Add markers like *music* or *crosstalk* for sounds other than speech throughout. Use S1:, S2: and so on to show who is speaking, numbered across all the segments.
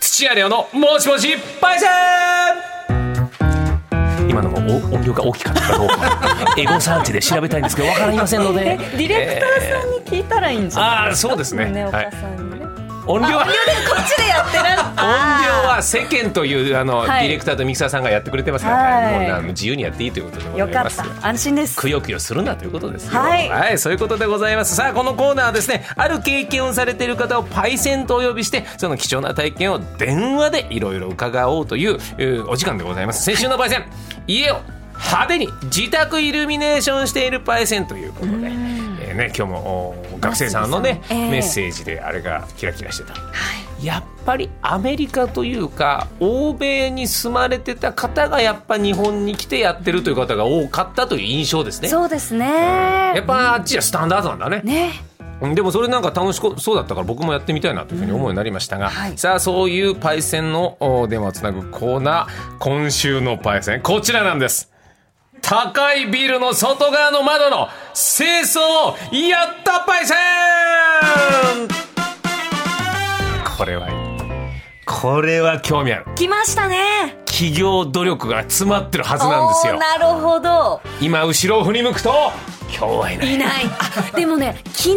S1: シアレオのもしもしパイセン
S2: 今のもお音量が大きかったかどうかエゴサーチで調べたいんですけどわかりませんので
S3: *laughs* ディレクターさんに聞いたらいいんじゃない
S2: ああそうですね
S3: ね、お
S2: は
S3: 母
S2: い
S3: さんにね。
S2: 音量は
S3: あでもこっちでやってる。音
S2: 音量は世間というあの、
S3: はい
S2: ディレクターとミキサーさんがやってくれてますから、
S3: はい
S2: もうあの自由にやっていいということでござ
S3: よ
S2: い
S3: か
S2: ま
S3: っ
S2: す。
S3: た。安心です。
S2: くよくよするなということですよ
S3: はい
S2: そういうことでございますさあこのコーナーはですねある経験をされている方をパイセンとお呼びしてその貴重な体験を電話でいろいろ伺おうというえーお時間でございます先週のパイセン家を派手に自宅イルミネーションしているパイセンということで、えーね、今日もお学生さんのね、
S3: ええ
S2: メッセージであれがキラキラしてた、やっぱりアメリカというか欧米に住まれてた方がやっぱ日本に来てやってるという方が多かったという印象ですね。
S3: そうですね
S2: やっ。ぱあっちはスタンダードなんだね。
S3: ね。
S2: うんでもそれなんか楽しこそうだったから僕もやってみたいなというふうに思うようになりましたが、
S3: はい
S2: さあそういうパイセンのお電話をつなぐコーナー今週のパイセンこちらなんです高いビルの外側の窓の清掃をやったパイセンこれはいいこれは興味ある
S3: 来ましたね。
S2: 企業努力が詰まってるはずなんです
S3: お
S2: よ
S3: ーなるほど。
S2: 今後ろを振り向くと今日はいない *laughs*
S3: いない。あでもね、昨日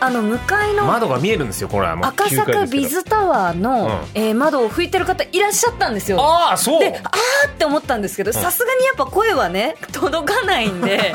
S3: あの向かいの
S2: 窓が見えるんですよこれはもう
S3: 赤
S2: 9階
S3: 坂
S2: ですけど
S3: ビズタワーの、
S2: うん
S3: えー窓を拭いてる方いらっしゃったんですよ。
S2: ああそう
S3: で、あーって思ったんですけど、さすがにやっぱ声はね、届かな
S2: *laughs*
S3: いんで、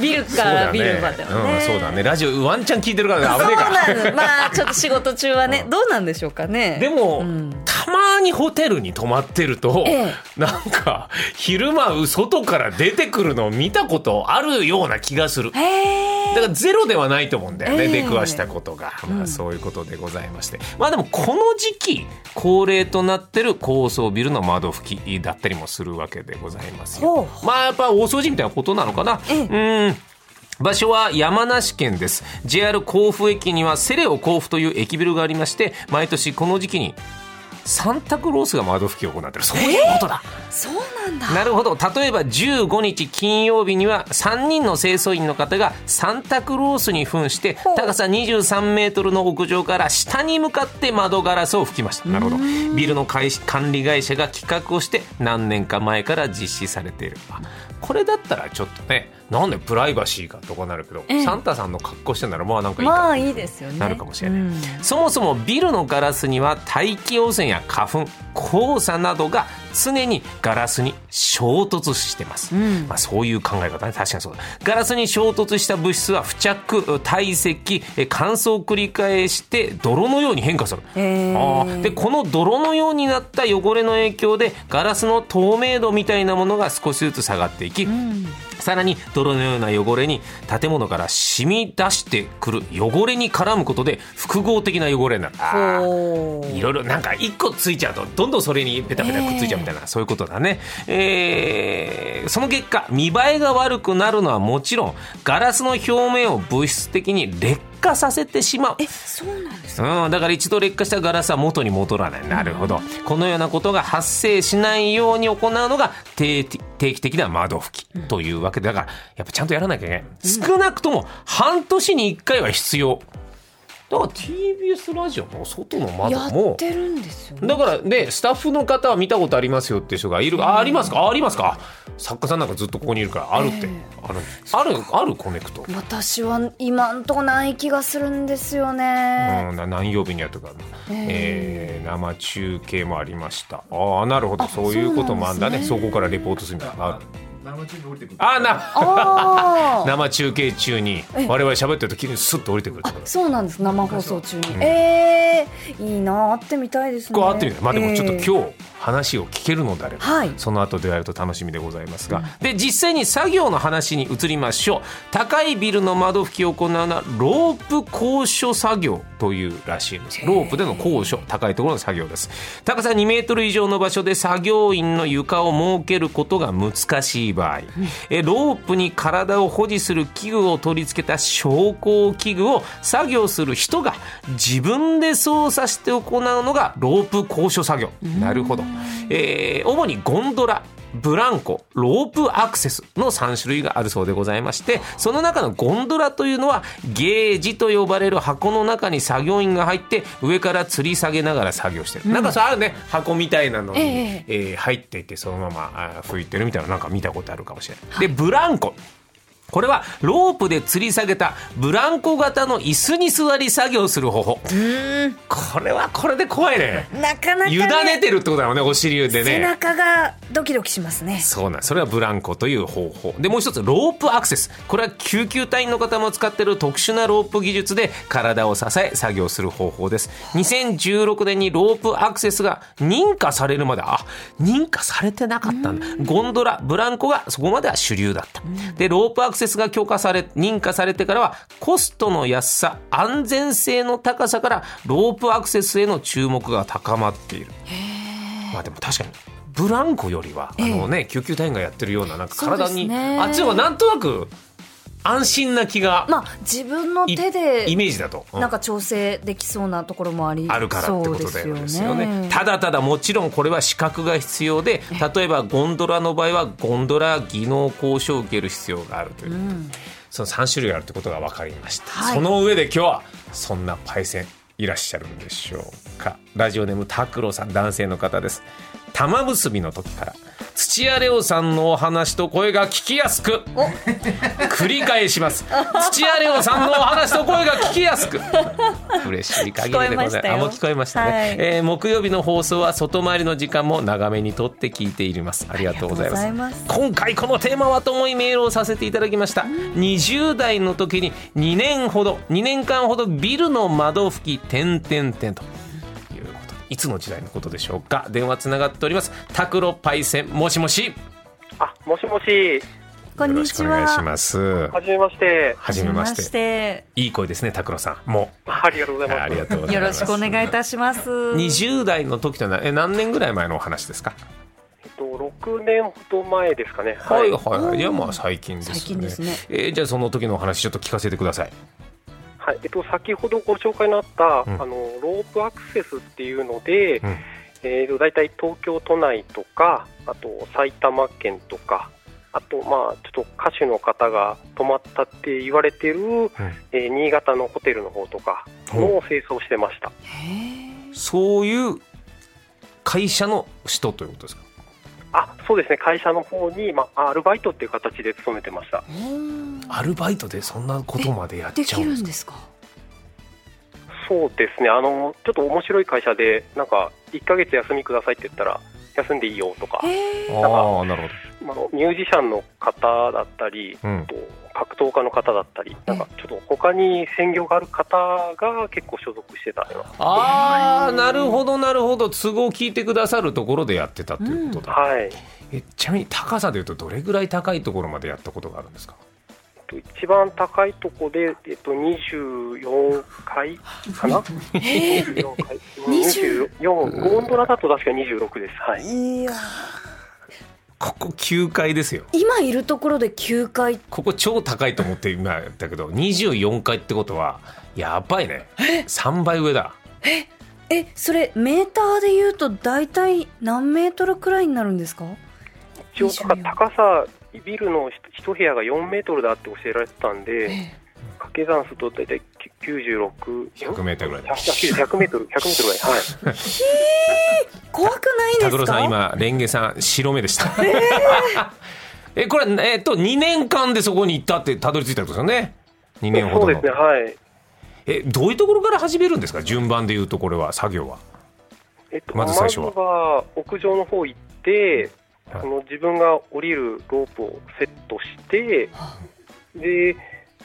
S3: ビルからビルまでは
S2: そうだね,、うん、そうだねラジオワンチャン聞いてるから
S3: そ
S2: 危ねえ
S3: う
S2: から
S3: なの。まあ、ちょっと仕事中はね、どうなんでしょうかね。
S2: でも、
S3: ん
S2: たまにホテルに泊まってると、
S3: え
S2: なんか昼間外から出てくるのを見たことあるような気がする
S3: へえ。
S2: だからゼロではないと思うんだよね、
S3: ええ
S2: 出くわしたことが、まあ、そういうことでございまして、まあでもこの時期恒例となってる高層ビルの窓拭きだったりもするわけでございます
S3: ほう
S2: よ
S3: ほ
S2: まあやっぱ大掃除みたいなことなのかな、
S3: ええ
S2: うん場所は山梨県です JR 甲府駅にはセレオ甲府という駅ビルがありまして毎年この時期にサンタクロースが窓拭きを行ってるそういうことだ、
S3: そうなんだ。
S2: なるほど例えば15日金曜日には3人の清掃員の方がサンタクロースに扮して
S3: ほう
S2: 高さ23メートルの屋上から下に向かって窓ガラスを吹きましたなるほどビルの会社管理会社が企画をして何年か前から実施されているあこれだったらちょっとねなんでプライバシーかとかなるけど、
S3: ええ
S2: サンタさんの格好してんならまあなんかいいか
S3: まあいいですよね。
S2: なるかもしれない、
S3: うん
S2: そもそもビルのガラスには大気汚染や花粉黄砂などが常にガラスに衝突してます、
S3: うん
S2: まあ、そういう考え方ね確かにそうだガラスに衝突した物質は付着堆積え乾燥を繰り返して泥のように変化する
S3: へー
S2: あーでこの泥のようになった汚れの影響でガラスの透明度みたいなものが少しずつ下がっていき、
S3: うん
S2: さらに泥のような汚れに建物から染み出してくる汚れに絡むことで複合的な汚れになる。
S3: ほ。
S2: いうろいろなんか一個ついちゃうとどんどんそれにペタペタくっついちゃうみたいな、そういうことだね、えーその結果見栄えが悪くなるのはもちろんガラスの表面を物質的に劣化させてしまう
S3: え、そうなんですか。
S2: うん、だから一度劣化したガラスは元に戻らない。なるほど。このようなことが発生しないように行うのが定期定期的な窓拭きというわけで、だから、やっぱちゃんとやらなきゃいけない。少なくとも半年に1回は必要。だから TBS ラジオの外の窓
S3: やっ
S2: も、
S3: てるん
S2: *laughs*
S3: ですよね。
S2: だからね、スタッフの方は見たことありますよっていう人がいる。あ、ありますかあありますか作家さんなんかずっとここにいるから、あるって。
S3: え
S2: ある、ある、あるコネクト。
S3: 私は今んとこない気がするんですよね。
S2: うん、な何曜日にやったか、え
S3: え
S2: ー生中継もありましたああなるほどそういうこともあんだね
S3: そ
S2: そう
S3: なんですね
S2: こからレポートするみたいなあ
S4: 生中継降りてくる
S2: あな
S3: ああ。
S2: 生中継中に我
S3: え
S2: 々喋ってると急にスッと降りてくるところ
S3: そうなんです。生放送中に。ええいいなあ会ってみたいですね。
S2: こうあってみるまあでもちょっと
S3: え
S2: 今日話を聞けるのであれば、
S3: はい
S2: その後でやると楽しみでございますが、で実際に作業の話に移りましょう高いビルの窓拭きを行うのはロープ高所作業というらしいですロープでの高所高いところの作業です高さ2メートル以上の場所で作業員の床を設けることが難しい場合、えロープに体を保持する器具を取り付けた昇降器具を作業する人が自分で操作して行うのがロープ高所作業なるほど、えー主にゴンドラブランコロープアクセスの3種類があるそうでございましてその中のゴンドラというのはゲージと呼ばれる箱の中に作業員が入って上から吊り下げながら作業してる、なんかそうあるね箱みたいなのに、
S3: え
S2: えー入っていてそのままあー拭いてるみたいななんか見たことあるかもしれない。でブランコこれはロープで吊り下げたブランコ型の椅子に座り作業する方法これはこれで怖いね
S3: なかなか、
S2: 委ねてるってことだもんねお尻で
S3: 背
S2: ね
S3: 中がドキドキしますね。
S2: そうなんそれはブランコという方法でもう一つロープアクセスこれは救急隊員の方も使ってる特殊なロープ技術で体を支え作業する方法です2016年にロープアクセスが認可されるまであ認可されてなかったんだゴンドラブランコがそこまでは主流だったでロープアクセスが強化され認可されてからはコストの安さ安全性の高さからロープアクセスへの注目が高まっているまあでも確かにブランコよりはあのね、救急隊員がやってるようななんか体
S3: そうです
S2: に、
S3: ね
S2: あっちの方がなんとなく安心な気が、
S3: まあ、自分の
S2: い
S3: 手で
S2: イ、メージだと、うん
S3: なんか調整できそうなところもあり、
S2: あるからってことだよねですよね。
S3: た
S2: ただただもちろんこれは資格が必要で例えばゴンドラの場合はゴンドラ技能講習を受ける必要があるという、その3種類あるってことが分かりました、
S3: はい
S2: その上で今日はそんなパイセンいらっしゃるんでしょうかラジオネーム拓郎さん男性の方です玉結びの時から土屋レオさんのお話と声が聞きやすく繰り返します土屋レオさんのお話と声が聞きやすく嬉しい限りでございますあもう聞こえましたね、
S3: はい
S2: えー木曜日の放送は外回りの時間も長めにとって聞いていますありがとうございます
S3: ありがとうございます
S2: 今回このテーマはと思いメールをさせていただきました、20代の時に2年ほど2年間ほどビルの窓拭き点々点ということでいつの時代のことでしょうか電話つながっております拓郎パイセンもしもし
S4: あ、もしもし、
S3: こん
S2: よ
S3: に
S2: ろしく
S3: ち
S2: お願いし
S3: は。
S2: ます
S4: はじめまして。
S2: はじめまして
S3: て。
S2: いい声ですね拓郎さんも
S4: ありがとうご
S2: う
S4: ざいます。
S2: ありがとうござい
S3: よ
S2: ま
S3: ろ
S2: す
S3: しくお願いいたします。
S2: 20代の時というのはえ何年ぐらい前のお話ですか
S4: えっと、6年ほど前ですかね。
S2: はいはいはいいやまあ最近ですね
S3: 最近ですね
S2: えーじゃあその時のお話ちょっと聞かせてください
S4: はい、えっと、先ほどご紹介のあった、
S2: うん
S4: あの、ロープアクセスっていうので、
S2: うん
S4: えっと、大体東京都内とか、あと埼玉県とか、あと、まあ、ちょっと歌手の方が泊まったって言われてる、えー新潟のホテルの方とかの清掃してました。
S2: そういう会社の人ということですか
S4: あ、そうですね、会社の方に、まあ、アルバイトっていう形で勤めてました。
S2: アルバイトでそんなことまでやっ
S3: で
S2: ちゃう
S3: き
S2: ん
S3: る
S2: です
S3: ん
S2: か
S3: ですか。
S4: そうですねあの、ちょっと面白い会社で、なんか1ヶ月休みくださいって言ったら、休んでいいよとか、
S3: へえ。
S2: ああなるほ
S4: まあ、ミュージシャンの方だったり、
S2: ど、うん
S4: あ、と格闘家の方だったり、なんかちょっと他に専業がある方が結構所属してたような
S2: ああなるほどなるほど都合を聞いてくださるところでやってたということだ、
S4: はい、えっ
S2: えちなみに高さでいうとどれぐらい高いところまでやったことがあるんですか
S4: と、一番高いとこで、えっと、24階かな、24階、24、ゴンドラだと確か26です。はい
S3: いや。
S2: ここ9階ですよ
S3: 今いるところで9階。
S2: ここ超高いと思って今やったけど24階ってことはやばいね3倍上だ
S3: え、それメーターで言うと大体何メートルくらいになるんですか。
S4: 一応なんか高さビルの一部屋が4メートルだって教えられてたんで、掛け算すると大体96
S2: 100メートルぐらい
S4: 100 100メートル100メートルぐらいはい
S2: *laughs*
S3: 怖くないですか。
S2: 拓郎さん今レンゲさん白目でした *laughs* えこれえっと2年間でそこに行ったってたどり着いたってことですよね2年ほど
S4: そうで
S2: の
S4: すねはい
S2: えどういうところから始めるんですか順番で言うとこれは作業は
S4: えっと
S2: まず最初は
S4: まずは屋上の方行って、
S2: はい
S4: その自分が降りるロープをセットして、で、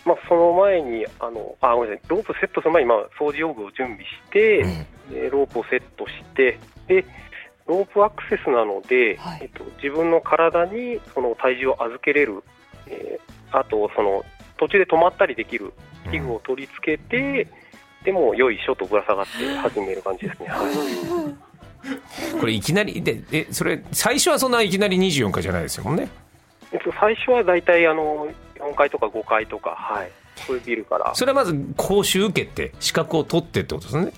S4: まあ、その前にあのあごめんなさいロープセットする前に、まあ、掃除用具を準備して、でロープをセットしてでロープアクセスなので、
S3: はい
S4: えっと、自分の体にその体重を預けれる、えーあとその途中で止まったりできる器具を取り付けて、でもよいしょとぶら下がって始める感じですね。はい
S2: これいきなりでえそれ最初はそんないきなり24回じゃないですよもんね
S4: えっと、最初は大体あの4階とか5階とか、はい、そういうビルから、
S2: それはまず講習受けて資格を取ってってことですね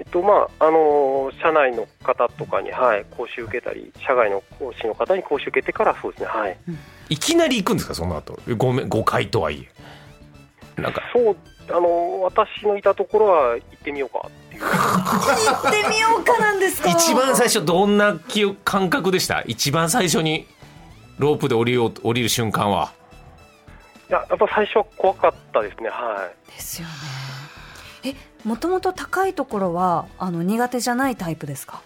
S4: えっとまああのー社内の方とかに、はい、講習受けたり、社外の講師の方に講習受けてから、そうですね、はい、
S2: いきなり行くんですかその後ごめん誤解とはいえなんか
S4: そう、あのー私のいたところは行ってみようかっていう、
S3: 行ってみようかなんですか
S2: 一番最初どんな記憶感覚でした一番最初にロープで降りよう降りる瞬間はい
S4: ややっぱ最初は怖かったですね、はい。
S3: ですよねえもともと高いところはあの苦手じゃないタイプですか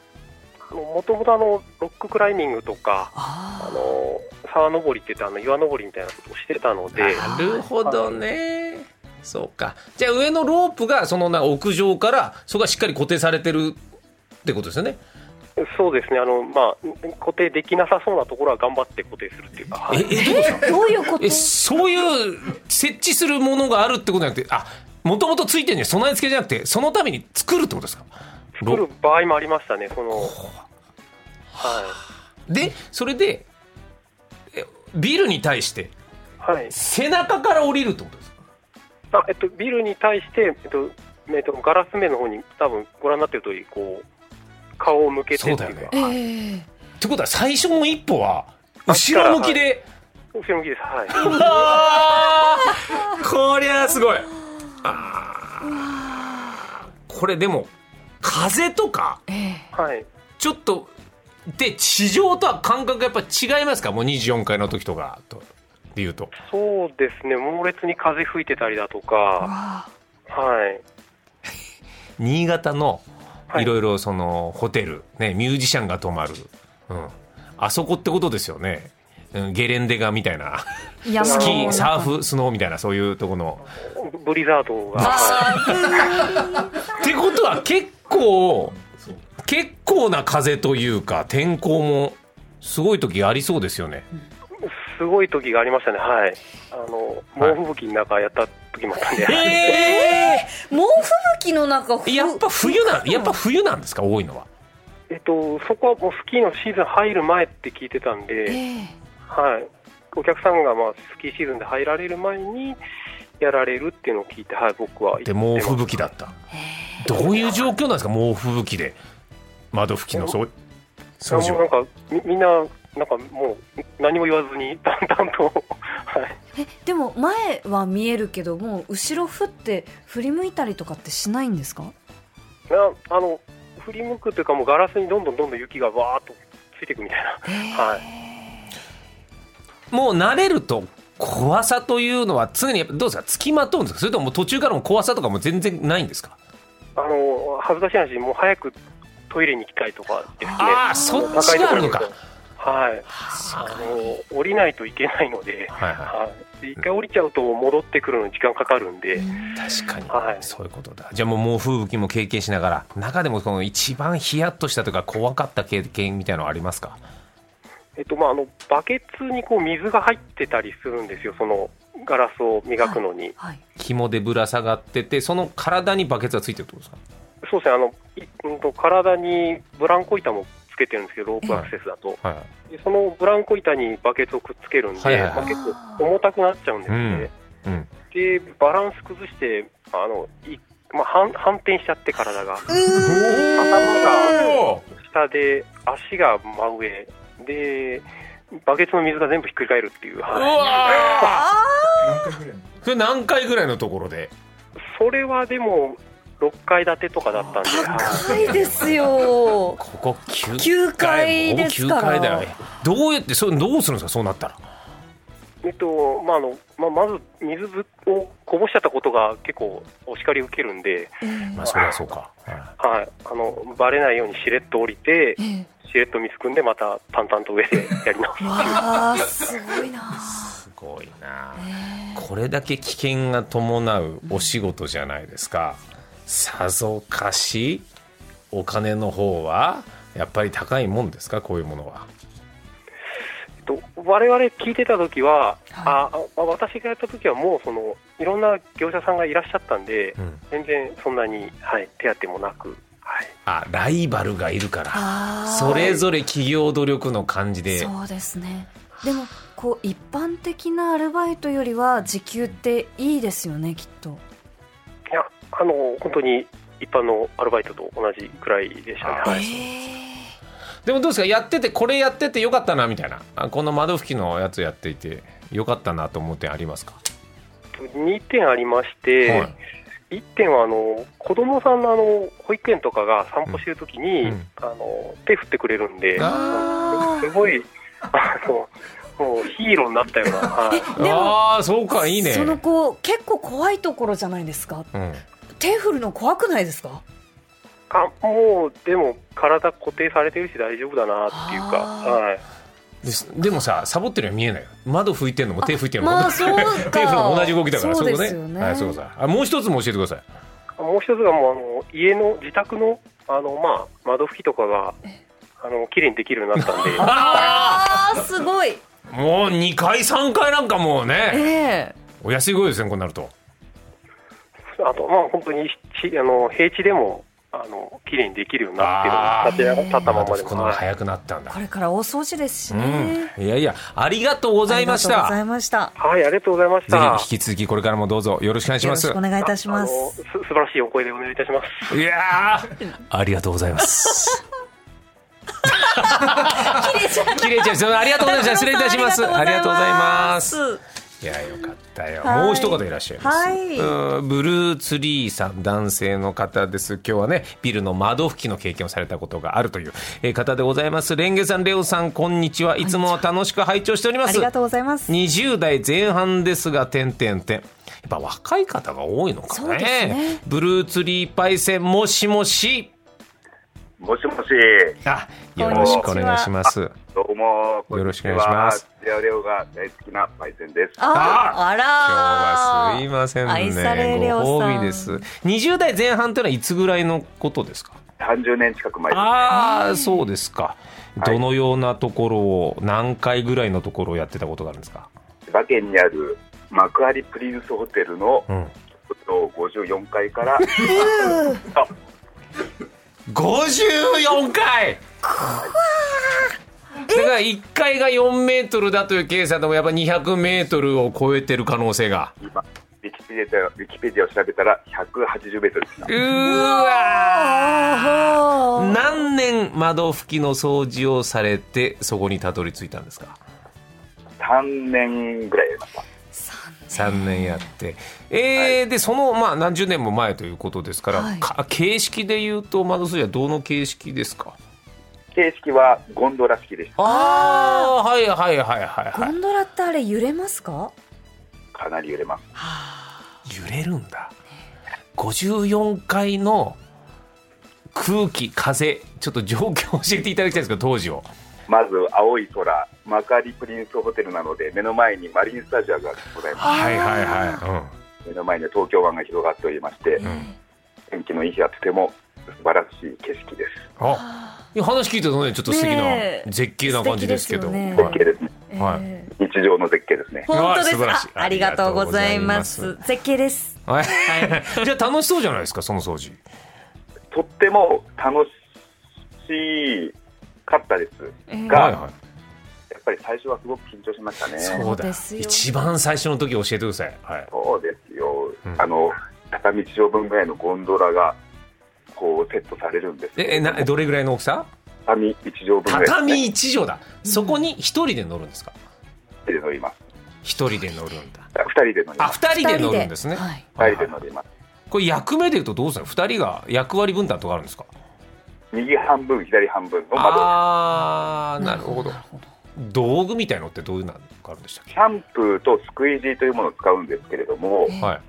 S4: もともとあのロッククライミングとか、あ
S3: あー
S4: の沢登りって言ってあの岩登りみたいなことをしてたので、
S2: なるほどねそうかじゃあ上のロープがそのな屋上からそこがしっかり固定されてるってことですよね
S4: そうですねあの、まあ、固定できなさそうなところは頑張って固定するっていうか、はい
S2: ええどういうこと
S3: えどういうこと
S2: えそういう設置するものがあるってことじゃなくてあもともとついてるんじゃ備え付けじゃなくてそのために作るってことですか
S4: 作る場合もありましたね、そのは
S2: でそれでえビルに対して
S4: いはい
S2: 背中から降りるってことですか
S4: あえっと、ビルに対して、えっとえっと、ガラス面の方に、多分ご覧になってる通りこう顔を向けてっていう
S2: そうだよ
S4: か、
S3: え
S4: はい
S3: え
S2: ってことは最初の一歩は後ろ向きで、
S4: 後ろ向きです、はい、
S2: あーこりゃすごいあーこれでも風とか
S3: ええ *laughs*
S4: はい、
S2: ちょっとで地上とは感覚がやっぱ違いますかもう24階の時とかとでいうと
S4: そうですね、猛烈に風吹いてたりだとか、
S3: わあ
S4: はい、
S2: 新潟の
S4: はい
S2: いろいろそのホテル、ね、ミュージシャンが泊まる、うん、あそこってことですよね、うん、ゲレンデがみたいな
S3: 山
S2: ス
S3: の
S2: キ
S3: 中
S2: ーサーフスノーみたいなそういうとこの。
S4: ブリザードが、はい
S3: あー
S2: ってことは結構結構な風というか天候もすごい時ありそうですよね。
S4: すごい時がありましたね、はい、あの
S2: はい
S4: 猛吹雪の中やった時もあったんで、
S2: え
S3: 猛吹雪の中ふ
S2: えやっぱ冬なやっぱ冬なんですか多いのは。
S4: えっと、そこはもうスキーのシーズン入る前って聞いてたん
S3: え
S4: で、
S3: え
S4: はい、お客さんがまあスキーシーズンで入られる前にやられるっていうのを聞いて、はい、僕は行って
S2: で
S4: ま
S2: 猛
S4: す
S2: 吹雪だった。どういう状況なんですか猛吹雪で窓拭きの掃掃除
S4: もうなん
S2: は。
S4: かみみんな、なんかもう何も言わずに、 *laughs* だんだんと、はい、
S3: えでも前は見えるけども後ろ振って振り向いたりとかってしないんですか
S4: なあの振り向くというか、もうガラスにどんどんどんどん雪がわーっとついていくみたいな。はい
S2: もう慣れると怖さというのは常にやっぱどうですかつきまとうんですかそれとも途中からも怖さとかも全然ないんですか。
S4: あの恥ずかしい話、もう早くトイレに行きたいとかですね、
S2: ああそっちがあるのか。
S4: はい、
S2: は
S4: あの降りないといけないので、
S2: いはい。
S4: はいで一回降りちゃうと戻ってくるのに時間かかるんで、
S2: 確かに、
S4: はい
S2: そういうことだじゃあもう猛吹雪も経験しながら中でもこの一番ヒヤッとしたとか怖かった経験みたいなのありますか
S4: えっとまあ、あのバケツにこう水が入ってたりするんですよ、そのガラスを磨くのに。
S3: はい
S2: 紐でぶら下がっててその体にバケツがついてるってことです
S4: そうですねあのいうんと、体にブランコ板もつけてるんですけど、ロープアクセスだと、
S2: か、はい、
S4: でそのブランコ板にバケツをくっつけるんで、
S2: はいはいはい
S4: まあ結構重たくなっちゃうんですね。
S2: うんうん、
S4: でバランス崩してあのい、まあ、反反転しちゃって体が頭が下で足が真上でバケツの水が全部ひっくり返るっていう、
S2: う
S4: はい
S2: わーそれ何回ぐらいのところで
S4: それはでも6階建てとかだったんで、はい
S3: 高いですよ
S2: ここ9
S3: 九階ですから
S2: 階だよどうやってそれどうするんですかそうなったら
S4: えっとまああのまあ、まず水ぶをこぼしちゃったことが結構お叱り受けるんで、
S2: まあそれはそうか、はい
S4: はい、あのバレないようにしれっと降りて
S3: え
S4: しれっと水汲んでまた淡々と上でやり直す *laughs*
S3: えわあすごいな
S2: すごいな、これだけ危険が伴うお仕事じゃないですか、さぞかしお金の方はやっぱり高いもんですかこういうものは
S4: えっと我々聞いてた時は、
S3: は
S4: ああ私がやった時はもうそのいろんな業者さんがいらっしゃったんで、
S2: うん
S4: 全然そんなに、はい、手当てもなく、はい、
S2: あライバルがいるから
S3: あー
S2: それぞれ企業努力の感じで
S3: そうですねでもこう一般的なアルバイトよりは時給っていいですよねきっと
S4: いやあの本当に一般のアルバイトと同じくらいでしたね。はい
S2: でもどうですかやっててこれやっててよかったなみたいなあこの窓拭きのやつやっていてよかったなと思う点ありますか、
S4: 2点ありまして、
S2: はい
S4: 1点はあの子供さんのあの保育園とかが散歩してるときに、
S2: うんうん
S4: あの手振ってくれるんで、
S2: あ
S4: すごいあのもうヒーローになったような、はい
S2: ー
S3: でも
S2: あーそうかいいね
S3: その子結構怖いところじゃないですか
S2: うん、
S3: 手振るの怖くないですか
S4: あもうでも体固定されてるし大丈夫だなっていうか、
S3: あー
S4: はい、
S2: ですでもさサボってるようには見えないよ窓拭いてんのも手拭いてんのも、
S3: まあそうか
S2: *laughs* 手拭くのも同じ動きだから
S3: そう
S2: いうこと
S3: ですよね
S2: はい、そうだあもう一つも教えてください
S4: もう一つがもうあの家の自宅のあの、まあ、窓拭きとかがあの綺麗にできるようになったんで
S2: *laughs* あ
S3: あーす
S2: *laughs*
S3: ごい
S2: ーもう2回3回なんかもう
S3: え
S2: ね
S3: え
S2: お安い声ですねこうなると
S4: あと、まあ、本当にしあの平地でもあの綺麗にできるようになってる
S3: あー
S4: 立て立ったまま
S2: 窓
S4: で
S2: 拭く
S4: も
S2: の
S4: は
S2: が
S4: い
S2: 早くなったんだ
S3: これから大掃除ですし
S2: う
S3: ね、
S2: んいやいやありがとうご
S3: ご
S2: ざいまし
S3: ござ
S2: た
S3: いました
S4: はい、ありがとうございまし
S2: ぜ
S4: た。
S2: ひ引き続きこれからもどうぞよろしくお願いし
S3: よ
S2: ま
S3: ろ
S2: す
S3: しくお願いいたしま
S4: あの
S3: す
S4: す素晴らしいお声でお願いいたします。
S2: いやーありがとうございます。 *laughs* 切れちゃう。そのありがとうございました。失礼いたします。ありがとうございます。いやよかったよ。
S3: はい
S2: もう一方いらっしゃいます。
S3: はい
S2: うんブルーツリーさん男性の方です。今日はねビルの窓拭きの経験をされたことがあるというえー方でございます。レンゲさんレオさんこんにちは。いつも楽しく拝聴しておりま
S3: あ
S2: す
S3: り。がとうございます
S2: 20代前半ですが、点々点。やっぱ若い方が多いのか
S3: そう
S2: ね。
S3: ですね
S2: ブルーツリーパイセン、もしもし。
S5: もしもし、
S2: あ、よろしくお願いします。
S5: どうも、
S2: よろしくお願いします。
S5: レオレオが大好きなパイセンです。
S3: ああら
S2: 今日はすい
S3: ー
S2: ませんね。
S3: 愛されレオ
S2: ご
S3: さん
S2: 褒美です。20代前半というのはいつぐらいのことですか
S5: 30年近く前です。
S2: ああ、そうですか。
S5: はい
S2: どのようなところを、何回ぐらいのところをやってたことがあるんですか
S5: 千葉県にある幕張プリンスホテルの
S2: うん。
S5: 54階から、
S2: 54回だから1階が4メートルだという計算でもやっぱ200メートルを超えてる可能性が
S5: 今、ウィキペディアウィキペディアを調べたら180メートルです
S2: う。ーわ
S3: あ
S2: ー
S3: ー
S2: 何年窓拭きの掃除をされてそこにたどり着いたんですか
S5: 3年ぐらいやりました。
S2: 3年やってえーでそのまあ何十年も前ということですから、
S3: はい
S2: か形式で言うと窓掃除はどの形式ですか
S5: 形式はゴンドラ式でし
S2: ああーはいはいはいはい
S3: ゴ
S2: はい
S3: ンドラってあれ揺れますか
S5: た。かなり揺れます。
S2: 揺れるんだ54階の空気風ちょっと状況を教えていただきたいんですけど当時を
S5: まず、青い空、幕張プリンスホテルなので、目の前にマリンスタジアムがございます。
S2: はいはいは
S5: 目の前に東京湾が広がっておりまして、
S2: い、うん
S5: 天気のいい日はとても素晴らしい景色です。
S2: あいや話聞いてるとねちょっと素敵
S3: ねえ
S2: な絶景な感じですけど
S3: 素敵ですよね
S2: はい
S5: 絶景ですね。
S2: はい
S3: えー
S5: 日常の絶景ですね。
S3: 本当で
S2: うわ素晴
S3: す
S2: らしい
S3: あありがとうございます絶景です
S2: はい *laughs* じゃあ楽しそうじゃないですかその掃除
S5: とっても楽しかったです
S3: え
S5: が、
S2: はい
S5: や
S2: はい
S5: っぱり最初はすごく緊張しましたね。
S2: そう
S3: そう
S2: だ
S3: ですよ
S2: 一番最初の時教えてください、はい、
S5: そうですよ。
S2: うん
S5: あの畳1畳分ぐらいのゴンドラがこうセットされるんですけど。
S2: ええなどれぐらいの大きさ
S5: 畳1畳分ぐらいです、ね。
S2: 畳一畳だそこに一人で乗るんですか
S5: 一人で乗ります。
S2: 一人で乗るんだ
S5: あ二人で乗り
S2: あ
S5: ます。
S2: 二人
S3: 二
S2: で
S3: 人
S2: 乗るんですね
S3: はい
S5: 二人で乗ります。
S2: これ役目でいうとどうするの2人が役割分担とかあるんですか
S5: 右半分左半分の窓。
S2: ああなるほど道具みたいのってどういうのがあるんでしたっ
S5: シャンプーとスクイージーというものを使うんですけれども。
S2: けはい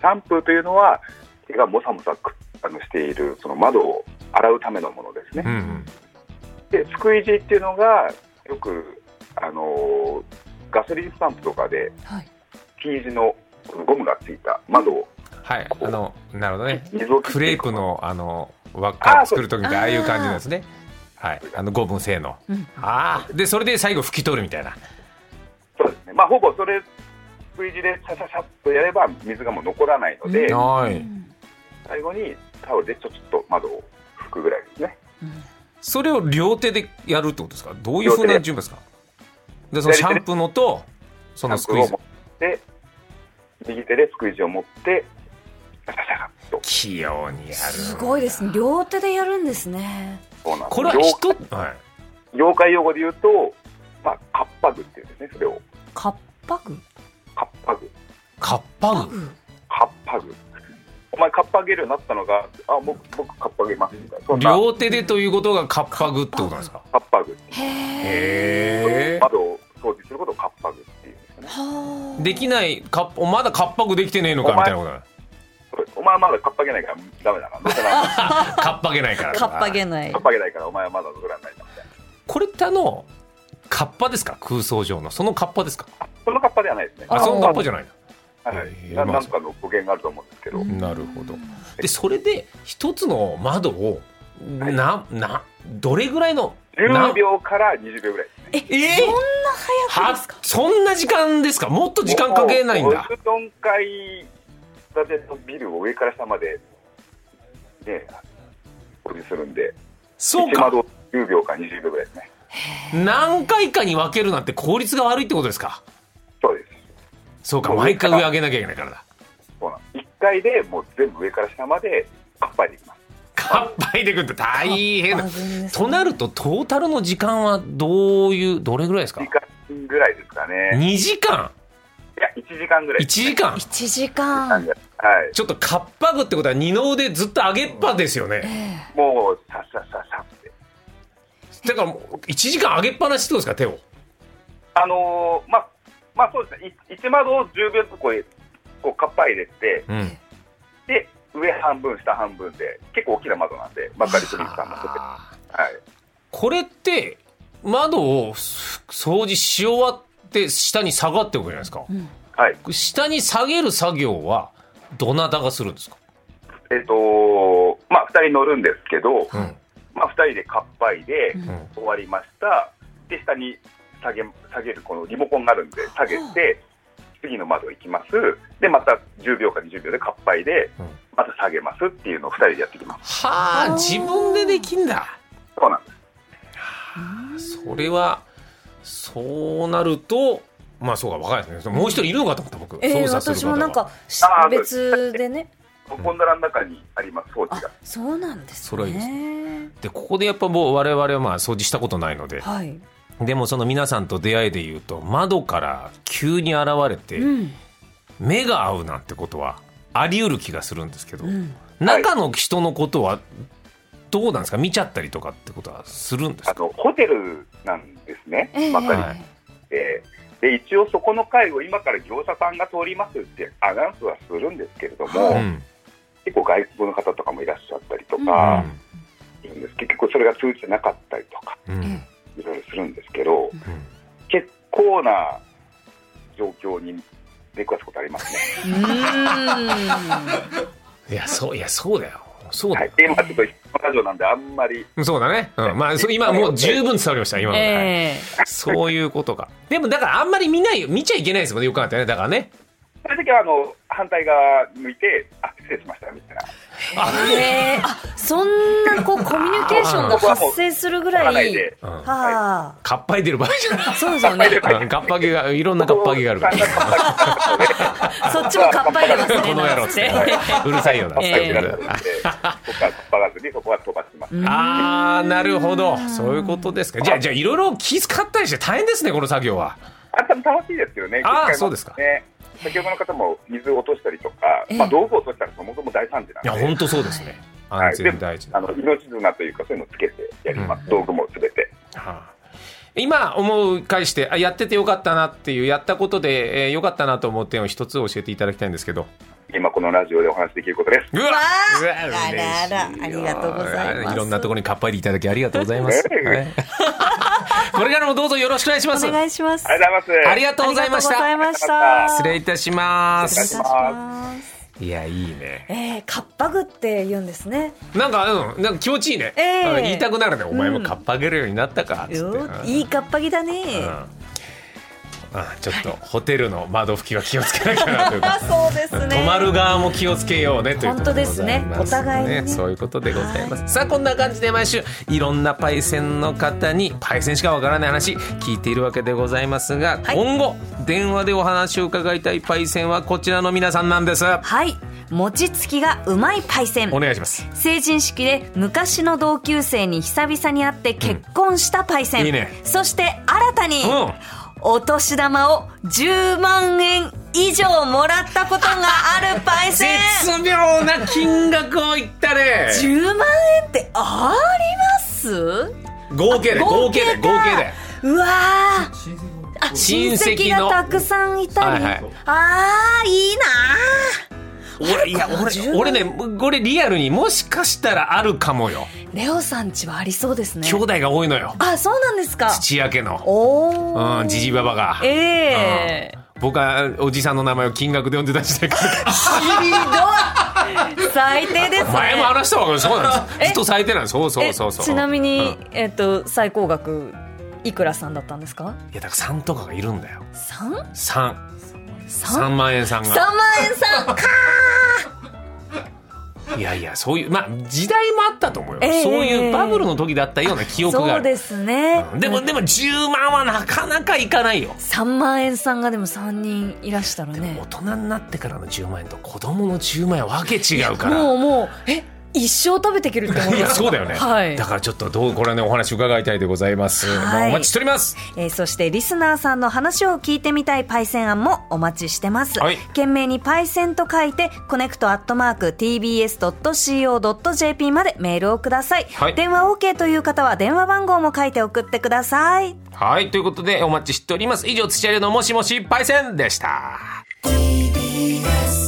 S5: シャンプーというのは毛がもさもさくあのしているその窓を洗うためのものです
S2: うんう
S5: ね。
S2: ん
S5: でスクイージーっていうのがよく、あのーガソリンスタンプとかで
S3: はい
S5: T 字のこのゴムがついた窓を
S2: はいあのなるほどね
S5: 水を切って
S2: クレープのあの輪っかを作る時みたいなあ
S3: あ
S2: あ
S3: ー
S2: いう感じのやつねはいあの5分製の
S3: うん
S2: ああでそれで最後拭き取るみたいな
S5: そうですね、まあ、ほぼそれスクイージーでシャシャシャッとやれば水がもう残らないので、
S3: うん
S2: はい
S5: 最後にタオルでちょちょっと窓を拭くぐらいですね。
S2: それを両手でやるってことですかどういうふうな準備ですかでそのシャンプーのとそのスクイーズ
S5: シャンプーを持って右手でスクイージーを持ってガシャガシャガッと。
S2: 器用にやる
S3: すごいですね。両手でやるんですね。
S5: そうなんです
S2: これは
S5: 業
S2: 一つ、はい、
S5: 業界用語で言うと、まあ、カッパ具っていうんですね、それを。
S3: カッパ具
S5: カッパ具。
S2: カッパ
S3: パ
S2: グ
S3: グ
S5: カッパ具。お前、カッパげるようになったのが、あ、僕、僕、カッパげますみたいな。そんな、
S2: 両手でということがカッパグってことなんですか
S5: カッパ具って
S3: へえ。
S2: へえ
S5: 窓を掃除することをカッパ具っていうんですよね。
S3: はあ。
S2: できないカッパまだカッパグできてねえのかみたいなことだ
S5: それお前まだカッパげないからダメだな。どせない。 *laughs*
S2: カッパげないから
S3: カッパげない
S5: カッ。パげないからお前はまだどせらないなみたいな。
S2: これってあのカッパですか空想上のそのカッパですか
S5: そのカッパではないですね。
S2: あそのカッパじゃない
S5: はい。ななんかの語源があると思うんですけど。
S2: なるほどでそれで一つの窓をななどれぐらいのな
S5: 10秒から20秒ぐらい。
S2: え
S3: そん
S2: ー
S3: な早く
S2: は
S3: ですか
S2: そんな時間ですかもっと時間かけないんだ
S5: 54階建てのビルを上から下まで、ね、掃除するんで、
S2: そう
S5: 一
S2: か
S5: 窓を10秒か20秒ぐらいですね。
S2: 何回かに分けるなんて効率が悪いってことですか
S5: そうです。
S2: そうか
S5: そう
S2: 毎回上上げなきゃいけないからだ
S5: そうなん1階でもう全部上から下までカッパでいきます。
S2: カッパ入れてくるって大変だ
S3: あ全然
S2: となるとトータルの時間はどういうどれぐらいですか
S5: 2時間ぐらいですかね。
S2: 2時間
S5: いや、1時間ぐらい
S2: 1
S5: です、
S2: 時間
S3: 一時
S5: な
S3: 間。
S5: んではい。
S2: ちょっとカッパグってことは二の腕ずっと上げっぱですよね
S3: え
S5: もう、さっさっさっさって。
S2: だからもう1時間上げっぱなしってことですか手を
S5: あのーまあ、まあそうですね。い一窓を10秒ずつこう、こうカッパ入れて、
S2: うん
S5: で、上半分、下半分で、結構大きな窓なんで、ばっかりクリスさんも含めてはい。
S2: これって窓を掃除し終わって下に下がっておくじゃないですか
S5: はい。
S2: 下に下げる作業はどなたがするんですか、
S5: えっ、とまあ、2人乗るんですけど、
S2: うん
S5: まあ、2人でかっぱいで
S2: ん
S5: 終わりました、で下に下げ下げるこのリモコンがあるんで、下げて、次の窓行きます、でまた10秒か20秒でかっぱいで
S2: うん、
S5: また下げますっていうのを2人でやってきます。
S2: はあ自分でできんだ
S5: そうなんです
S2: それはそうなるとまあそうか若いですねもう一人いるのかと思った僕、
S3: えええ
S2: 操作す
S3: 私
S2: る方
S3: も
S2: が
S3: なんかし
S5: あー
S3: 別でね。
S5: ゴンドラの中にあります装置
S3: あ
S5: が、
S3: そうなんです
S2: それはいいです
S3: ね。
S2: でここでやっぱもう我々はまあ掃除したことないので
S3: はい。
S2: でもその皆さんと出会いで言うと窓から急に現れて
S3: うん。
S2: 目が合うなんてことはあり得る気がするんですけど、
S3: うん。
S2: 中の人のことはどうなんですか見ちゃったりとかってことはするんです
S5: あ
S2: か
S5: のホテルなんですね、
S3: ええ
S5: まさに
S2: は。い
S5: えーで一応そこの階を今から業者さんが通りますってアナウンスはするんですけれども、
S2: うん
S5: 結構外国の方とかもいらっしゃったりと
S2: う
S5: か
S2: ん
S5: するんですけど、結構それが通じてなかったりとか
S2: うん
S3: え
S5: いろいろするんですけど、
S2: ん
S5: 結構な状況に出くわすことありますね。
S3: う
S2: *laughs*
S3: ーん。
S2: いやそういやそうだよそうだ
S5: は
S2: よ
S5: い、、で今ちょっとラジオなんであんまり
S2: そうだね、うん、まあそう今もう十分伝わりました今ので、はい
S3: ええ
S2: そういうことかでもだからあんまり見ないよ見ちゃいけないですもんねよく考えてねだからね
S5: そういう時はあの反対側向いてあ失礼しましたみたいな。
S3: ええあそんなこうコミュニケーションが発生するぐら
S5: 取らない
S3: い。
S5: で。
S2: うん
S3: は
S2: かっぱい出る場合じゃない
S3: あ。そうですよね。
S2: うんかっぱげがいろんなかっぱげがあるから
S3: そっちもかっぱいれますね。
S2: この野郎っつって
S3: なんて
S2: うるさいよな
S5: カッパ
S3: ええ
S5: になってるんで、僕は飛ばずにそこは飛ばします。
S2: あーなるほどそういうことですかじゃあじゃあいろいろ気遣ったりして大変ですねこの作業は
S5: あでも楽しいですよね。
S2: あー
S5: 一回も
S2: そうですか
S5: ね、先ほどの方も水を落としたりとか
S3: ええ、
S5: まあ道具を落としたらそもそも大惨事
S2: い
S5: な
S2: や
S5: んで。
S2: 本当そうですね
S5: は
S2: 安
S5: い、
S2: 全第一
S5: であの命綱というかそういうのをつけてやります、道具もすべて
S2: はあ今思い返してあやっててよかったなっていうやったことで、えーよかったなと思う点を一つ教えていただきたいんですけど
S5: 今このラジオでお話しできることです。
S2: うわうわ嬉しいよ
S3: あらあらありがとうございます
S2: いろんなところにかっぱいでいただきありがとうございます、
S5: ねえ
S2: はいこれからもどうぞよろしくお願いします
S3: お願いします。
S5: ありがとうございます。
S2: ありがとうございました
S3: ありがとうございました。
S2: 失礼いたしま
S3: 失礼い
S2: す
S3: たします。
S2: いやいいね
S3: ええカッパグって言うんですね。
S2: なんか、うん、なんか気持ちいいね、
S3: ええ
S2: うん言いたくなるねお前もかっぱげるようになったかっつって、
S3: よ
S2: うん
S3: いいカッパギだね。
S2: うんあちょっとホテルの窓拭きは気をつけなきゃなというか *laughs*
S3: あそうですね
S2: 泊まる側も気をつけようねという
S3: 本当ですね
S2: ことでござます
S3: お互いにね
S2: そういうことでございます、さあこんな感じで毎週いろんなパイセンの方にパイセンしかわからない話聞いているわけでございますが、
S3: はい
S2: 今後電話でお話を伺いたいパイセンはこちらの皆さんなんです
S3: はい餅つきがうまいパイセン
S2: お願いします
S3: 成人式で昔の同級生に久々に会って結婚したパイセン、
S2: うんいいね
S3: そして新たに、
S2: うん
S3: お年玉を10万円以上もらったことがあるパイセン
S2: *laughs* 絶妙な金額を言った *laughs* ね
S3: 10万円ってあります
S2: 合計で合計で合
S3: か
S2: 計で
S3: うわーあ
S2: 親
S3: 親
S2: 戚
S3: 戚
S2: の
S3: がたくさんいたり、
S2: はいはい
S3: あーいいな
S2: 俺いや俺俺ねこれリアルにもしかしたらあるかもよ
S3: ーレオさんちはありそうですね
S2: 兄弟が多いのよ
S3: あそうなんですか
S2: 土屋家の
S3: おお、
S2: うんじじばばが
S3: え
S2: う
S3: え
S2: ん僕はおじさんの名前を金額で呼んでた時代
S3: *laughs*
S2: から
S3: ひどい最低ですね
S2: 前も話したわけですそうなんで
S3: え
S2: すずっと最低なんですそうそう
S3: え
S2: そうそう
S3: ちなみに、
S2: うんい
S3: えっと最高額いくらさんだったんですか
S2: やだから3とかがいるんだよ
S3: 三
S2: 33
S3: 三
S2: 万円さん
S3: 三
S2: が
S3: 万円さんか
S2: いやいやそういうまあ時代もあったと思うよ、
S3: ええ
S2: そういうバブルの時だったような記憶があ
S3: そう
S2: る
S3: ですね、
S2: うんでもでも10万はなかなかいかないよ
S3: 3万円さんがでも3人いらしたらね
S2: 大人になってからの10万円と子供の10万円はわけ違うから
S3: もうもうえ一生食べていけるって思
S2: *laughs*
S3: い
S2: いや
S3: ます
S2: そうだよね、
S3: はい
S2: だからちょっとどうこれはねお話伺いたいでございます、
S3: はい
S2: もうお待ちしております
S3: えーそしてリスナーさんの話を聞いてみたいパイセン案もお待ちしてます。
S2: はい
S3: 懸命にパイセンと書いて、コネクトアットマーク tbs.co.jp までメールをください。
S2: はい
S3: 電話 OK という方は電話番号も書いて送ってください。
S2: はいということでお待ちしております以上土屋流のもしもしパイセンでした
S6: TBS